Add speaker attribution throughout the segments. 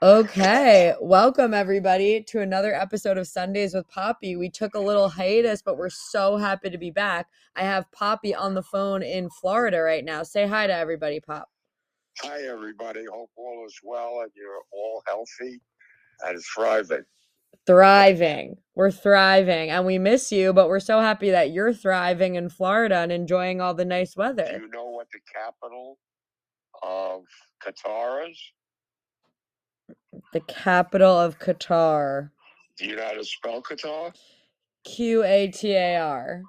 Speaker 1: Okay, welcome everybody to another episode of Sundays with Poppy. We took a little hiatus, but we're so happy to be back. I have Poppy on the phone in Florida right now. Say hi to everybody, Pop.
Speaker 2: Hi, everybody. Hope all is well and you're all healthy and thriving.
Speaker 1: Thriving. We're thriving and we miss you, but we're so happy that you're thriving in Florida and enjoying all the nice
Speaker 2: Do
Speaker 1: weather.
Speaker 2: you know what the capital of Qatar is?
Speaker 1: The capital of Qatar.
Speaker 2: Do you know how to spell Qatar?
Speaker 1: Q A T A R.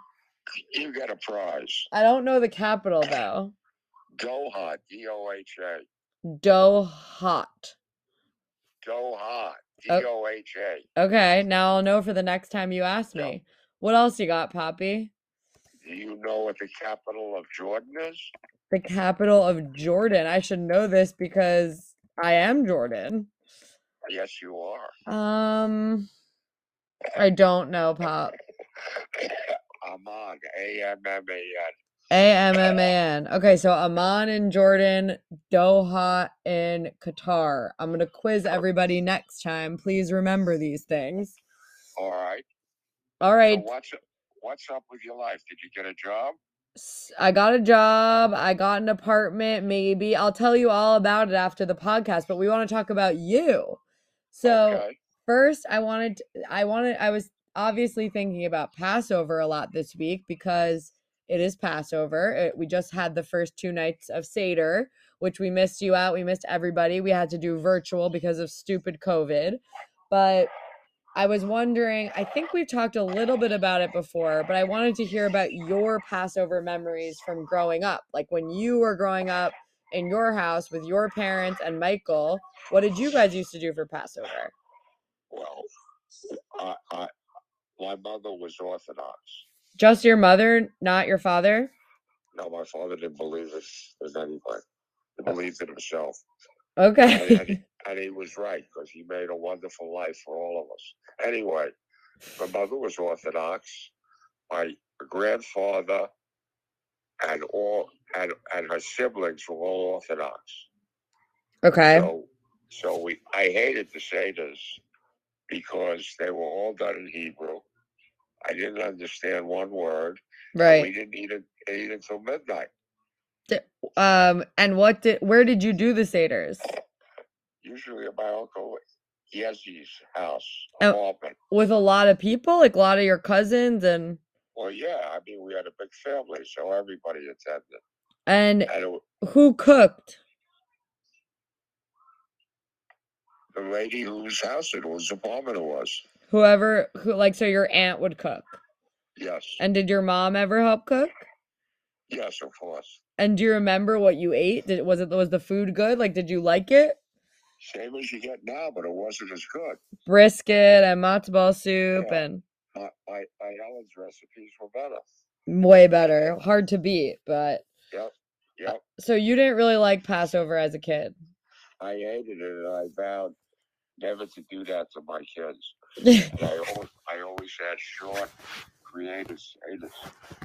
Speaker 2: You get a prize.
Speaker 1: I don't know the capital though.
Speaker 2: Doha, D O H A.
Speaker 1: Dohat.
Speaker 2: Doha, D O H A.
Speaker 1: Okay, now I'll know for the next time you ask
Speaker 2: Yeah.
Speaker 1: me. What else you got, Poppy?
Speaker 2: Do you know what the capital of Jordan is?
Speaker 1: The capital of Jordan. I should know this because I am Jordan.
Speaker 2: Yes, you are.
Speaker 1: Um, I don't know, Pop.
Speaker 2: Amman, A M M A N.
Speaker 1: A M M A N. Okay, so Amman in Jordan, Doha in Qatar. I'm gonna quiz everybody next time. Please remember these things.
Speaker 2: All right.
Speaker 1: All
Speaker 2: So
Speaker 1: right,
Speaker 2: what's what's up with your life? Did you get a job?
Speaker 1: s- I got a job. I got an apartment. Maybe I'll tell you all about it after the podcast. But we want to talk about you. So
Speaker 2: okay.
Speaker 1: first, I wanted, t- I wanted, I was obviously thinking about Passover a lot this week because it is Passover. It, we just had the first two nights of Seder, which we missed you out. We missed everybody. We had to do virtual because of stupid COVID, but. I was wondering, I think we've talked a little bit about it before, but I wanted to hear about your Passover memories from growing up. Like when you were growing up in your house with your parents and Michael, what did you guys used to do for Passover?
Speaker 2: Well, I, I, my mother was Orthodox.
Speaker 1: Just your mother, not your father?
Speaker 2: No, my father didn't believe it was anything. He believed in himself. And, and, he-
Speaker 1: Okay.
Speaker 2: and he was right because he made a wonderful life for all of us. Anyway, my mother was Orthodox. My grandfather and all and, and her siblings were all Orthodox.
Speaker 1: Okay.
Speaker 2: So, so we I hated the Seder's because they were all done in Hebrew. I didn't understand one word. and We
Speaker 1: Right.
Speaker 2: didn't eat it eat until midnight.
Speaker 1: Um and what did where did you do the seders?
Speaker 2: Usually at my uncle Yezi's house
Speaker 1: Oh.
Speaker 2: apartment.
Speaker 1: With a lot of people, like a lot of your cousins and
Speaker 2: Well, yeah, I mean we had a big family, so everybody attended.
Speaker 1: and
Speaker 2: And it, wa-
Speaker 1: who cooked?
Speaker 2: the lady whose house it was, apartment it was.
Speaker 1: Whoever who like so your aunt would cook.
Speaker 2: Yes,
Speaker 1: And did your mom ever help cook?
Speaker 2: yes, of course.
Speaker 1: And do you remember what you ate? Did was it was the food good? Like did you like it?
Speaker 2: Same as you get now, but it wasn't as good.
Speaker 1: Brisket and matzo ball soup
Speaker 2: Yeah.
Speaker 1: and
Speaker 2: My my, my Ellen's recipes were better.
Speaker 1: way better. Hard to beat, but
Speaker 2: Yep.
Speaker 1: so you didn't really like Passover as a kid.
Speaker 2: I hated it, and I vowed never to do that to my kids. And I always, I always had short, creative status,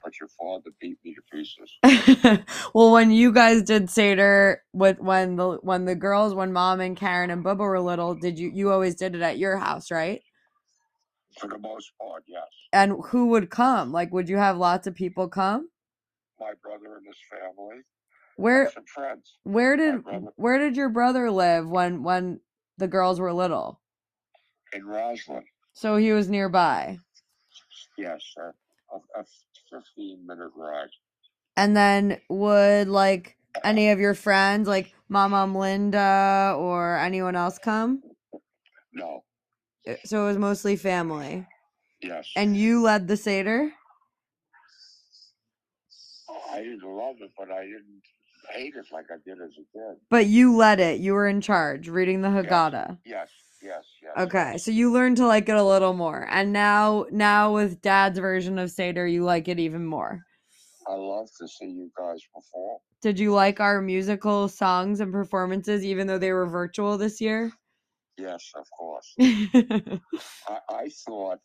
Speaker 2: but your father beat me to pieces.
Speaker 1: well, when you guys did Seder with when the when the girls, when mom and Karen and Bubba were little, did you you always did it at your house, right?
Speaker 2: For the most part, yes.
Speaker 1: And who would come? Like would you have lots of people come?
Speaker 2: My brother and his family,
Speaker 1: Where
Speaker 2: some friends.
Speaker 1: Where did
Speaker 2: brother-
Speaker 1: where did your brother live when when the girls were little?
Speaker 2: In Roslyn,
Speaker 1: So he was nearby.
Speaker 2: yes, a, a, a 15 minute ride.
Speaker 1: And then would like any of your friends like my mom Linda or anyone else come?
Speaker 2: No,
Speaker 1: Uh, So it was mostly family.
Speaker 2: yes.
Speaker 1: And you led the seder?
Speaker 2: I didn't love it, but I didn't hate it like I did as a kid.
Speaker 1: But you led it. You were in charge reading the Haggadah.
Speaker 2: Yes, yes, yes.
Speaker 1: Okay. So you learned to like it a little more. And now now with dad's version of seder, you like it even more.
Speaker 2: I love to see you guys perform.
Speaker 1: Did you like our musical songs and performances, even though they were virtual this year?
Speaker 2: Yes, of course.
Speaker 1: you
Speaker 2: I, I thought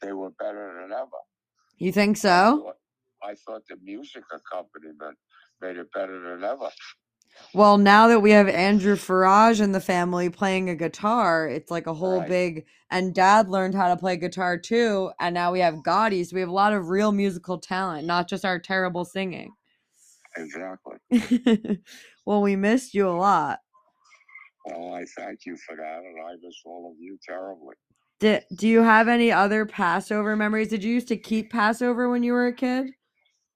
Speaker 2: they were better than ever.
Speaker 1: think
Speaker 2: I
Speaker 1: so?
Speaker 2: thought- I thought the music accompaniment made it better than ever.
Speaker 1: Well, now that we have Andrew Farage in the family playing a guitar, it's like a whole
Speaker 2: Right.
Speaker 1: big. And Dad learned how to play guitar too, and now we have Gotti, so we have a lot of real musical talent, not just our terrible singing.
Speaker 2: Exactly.
Speaker 1: well, we missed you a lot.
Speaker 2: Well, I thank you for that, and I miss all of you terribly.
Speaker 1: Did, do you have any other Passover memories? Did you used to keep Passover when you were a kid?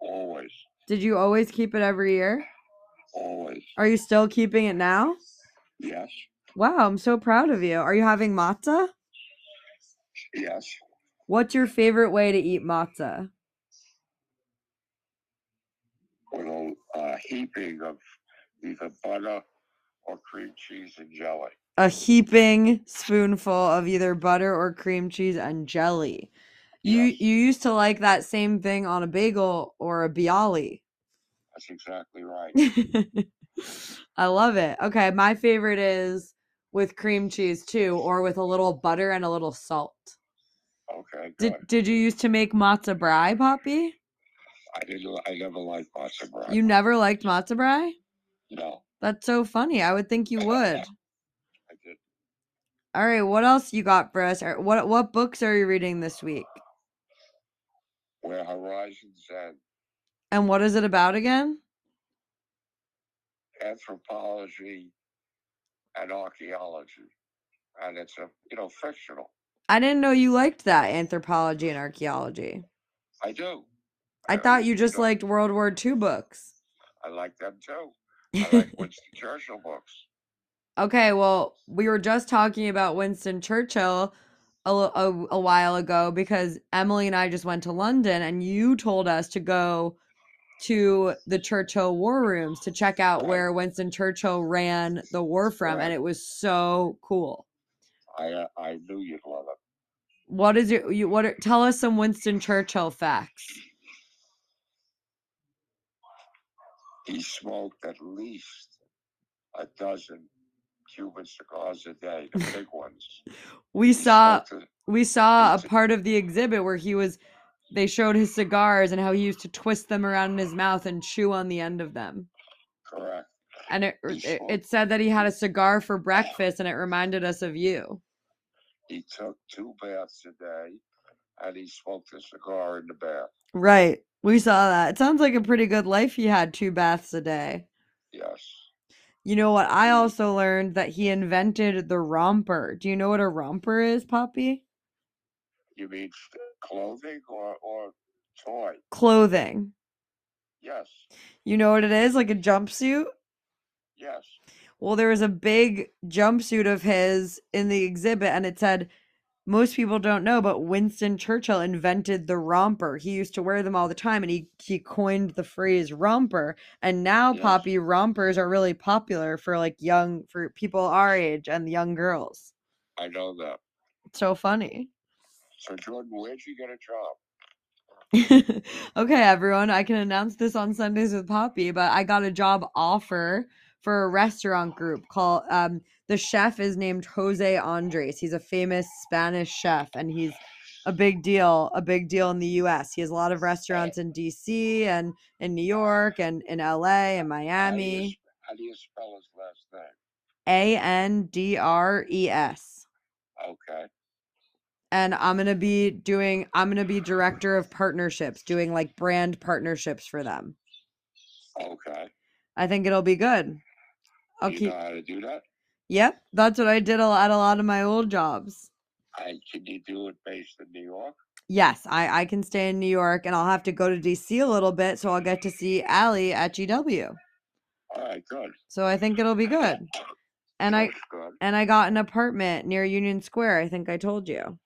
Speaker 2: Always,
Speaker 1: Did you always keep it every year?
Speaker 2: always.
Speaker 1: Are you still keeping it now?
Speaker 2: Yes,
Speaker 1: Wow, I'm so proud of you. Are you having matzah?
Speaker 2: yes.
Speaker 1: What's your favorite way to eat matzah?
Speaker 2: With a uh, heaping of either butter or cream cheese and jelly.
Speaker 1: A heaping spoonful of either butter or cream cheese and jelly. You
Speaker 2: Yes.
Speaker 1: you used to like that same thing on a bagel or a bialy.
Speaker 2: That's exactly right.
Speaker 1: I love it. Okay, my favorite is with cream cheese too, or with a little butter and a little salt.
Speaker 2: Okay, good.
Speaker 1: Did did you used to make matzah brai, Poppy?
Speaker 2: I didn't. I never liked matzo bread.
Speaker 1: You never liked matzah brai?
Speaker 2: no,
Speaker 1: That's so funny. I would think you would.
Speaker 2: I did.
Speaker 1: All right, what else you got for us? Or What what books are you reading this week?
Speaker 2: Where horizons end.
Speaker 1: And what is it about again?
Speaker 2: anthropology and archaeology, and it's a you know fictional.
Speaker 1: I didn't know you liked that anthropology and archaeology.
Speaker 2: I do.
Speaker 1: I
Speaker 2: Uh,
Speaker 1: thought you just
Speaker 2: know,
Speaker 1: liked World War II books.
Speaker 2: I like them too. I like Winston Churchill books.
Speaker 1: Okay, well, we were just talking about Winston Churchill a, li- a, a while ago because Emily and I just went to London and you told us to go to the Churchill war rooms to check out
Speaker 2: Right,
Speaker 1: where Winston Churchill ran the war from, and
Speaker 2: right.
Speaker 1: it was so cool.
Speaker 2: I uh, I knew you'd love it.
Speaker 1: What is your you what are, tell us some Winston Churchill facts.
Speaker 2: He smoked at least a dozen Cuban cigars a day, the big ones.
Speaker 1: We
Speaker 2: He
Speaker 1: saw
Speaker 2: smoked. A,
Speaker 1: we
Speaker 2: he
Speaker 1: saw a
Speaker 2: s-
Speaker 1: part of the exhibit where he was they showed his cigars and how he used to twist them around in his mouth and chew on the end of them.
Speaker 2: correct.
Speaker 1: And it r-
Speaker 2: He
Speaker 1: it,
Speaker 2: smoked.
Speaker 1: it said that he had
Speaker 2: He
Speaker 1: a cigar for breakfast and it reminded us of you.
Speaker 2: he took two baths a day, and he smoked a cigar in the bath.
Speaker 1: Right. We saw that. It sounds like a pretty good life he had two baths a day.
Speaker 2: Yes.
Speaker 1: You know what? I
Speaker 2: He
Speaker 1: also learned that he invented the romper. Do you know what a romper is, Poppy?
Speaker 2: You mean f- clothing or, or toy?
Speaker 1: Clothing.
Speaker 2: Yes,
Speaker 1: You know what it is? Like a jumpsuit?
Speaker 2: yes.
Speaker 1: Well, there was a big jumpsuit of his in the exhibit, and it said, most people don't know, but Winston Churchill invented the romper. He used to wear them all the time, and he, he coined the phrase romper. And now,
Speaker 2: Yes.
Speaker 1: Poppy, rompers are really popular for like young, for people our age and young girls.
Speaker 2: I know that.
Speaker 1: It's so funny.
Speaker 2: So, Jordan, where'd you get a job?
Speaker 1: okay, everyone, I can announce this on Sundays with Poppy, but I got a job offer for a restaurant group called um the chef is named Jose Andres. He's a famous Spanish chef and he's a big deal, a big deal in the US. He has a lot of restaurants in DC and in New York and in LA and
Speaker 2: How do you
Speaker 1: Miami.
Speaker 2: sp- how do you spell his last name?
Speaker 1: A N D R E S.
Speaker 2: Okay.
Speaker 1: and I'm going to be doing I'm going to be director of partnerships, doing like brand partnerships for them.
Speaker 2: Okay.
Speaker 1: I think it'll be good. I'll
Speaker 2: Do you know
Speaker 1: keep.
Speaker 2: how to do that?
Speaker 1: Yep, that's what I did a lot- at a lot of my old jobs.
Speaker 2: And can you do it based in New York?
Speaker 1: Yes, I I can stay in New York, and I'll have to go to DC a little bit, so I'll get to see Allie at GW.
Speaker 2: All right, good.
Speaker 1: So I think it'll be good. And I
Speaker 2: Sounds good.
Speaker 1: and I got an apartment near Union Square. I think I told you.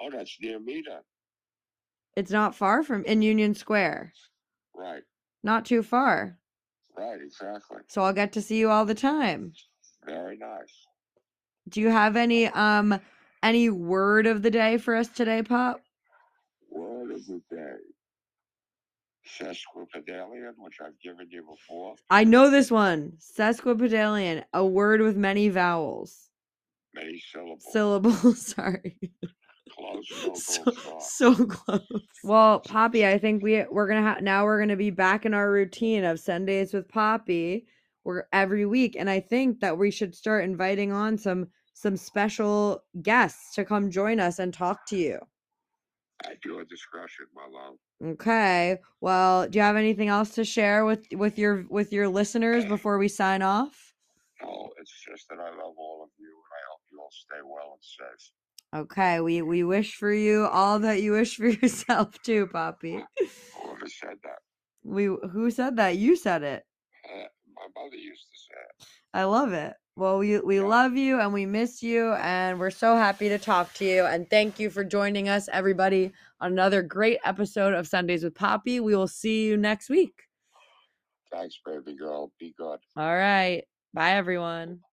Speaker 2: Oh, that's near me then.
Speaker 1: It's not far from in Union Square.
Speaker 2: Right,
Speaker 1: Not too far.
Speaker 2: right, exactly.
Speaker 1: So I'll get to see you all the time.
Speaker 2: Very nice.
Speaker 1: Do you have any um any word of the day for us today, Pop?
Speaker 2: Word of the day. Sesquipedalian, which I've given you before.
Speaker 1: I know this one. Sesquipedalian, a word with many vowels.
Speaker 2: Many syllables.
Speaker 1: Syllables, sorry.
Speaker 2: close, so
Speaker 3: So,
Speaker 2: close, far.
Speaker 3: so close.
Speaker 1: Well, Poppy, I think we we're gonna have now we're gonna be back in our routine of Sundays with Poppy. We're every week, and I think that we should start inviting on some some special guests to come join us and talk to you.
Speaker 2: uh, At your discretion, my love.
Speaker 1: Okay. Well, do you have anything else to share with with your with your listeners before we sign off?
Speaker 2: No, it's just that I love all of you, and I hope you all stay well and safe.
Speaker 1: Okay. We we wish for you all that you wish for yourself too, Poppy.
Speaker 2: Whoever said that,
Speaker 1: We who said that? You said it.
Speaker 2: uh, my mother used to say it.
Speaker 1: I love it. Well, we, we
Speaker 2: Yeah.
Speaker 1: love you and we miss you, and we're so happy to talk to you. And thank you for joining us, everybody, on another great episode of Sundays with Poppy. We will see you next week.
Speaker 2: Thanks, baby girl. Be good.
Speaker 1: All right. Bye, everyone.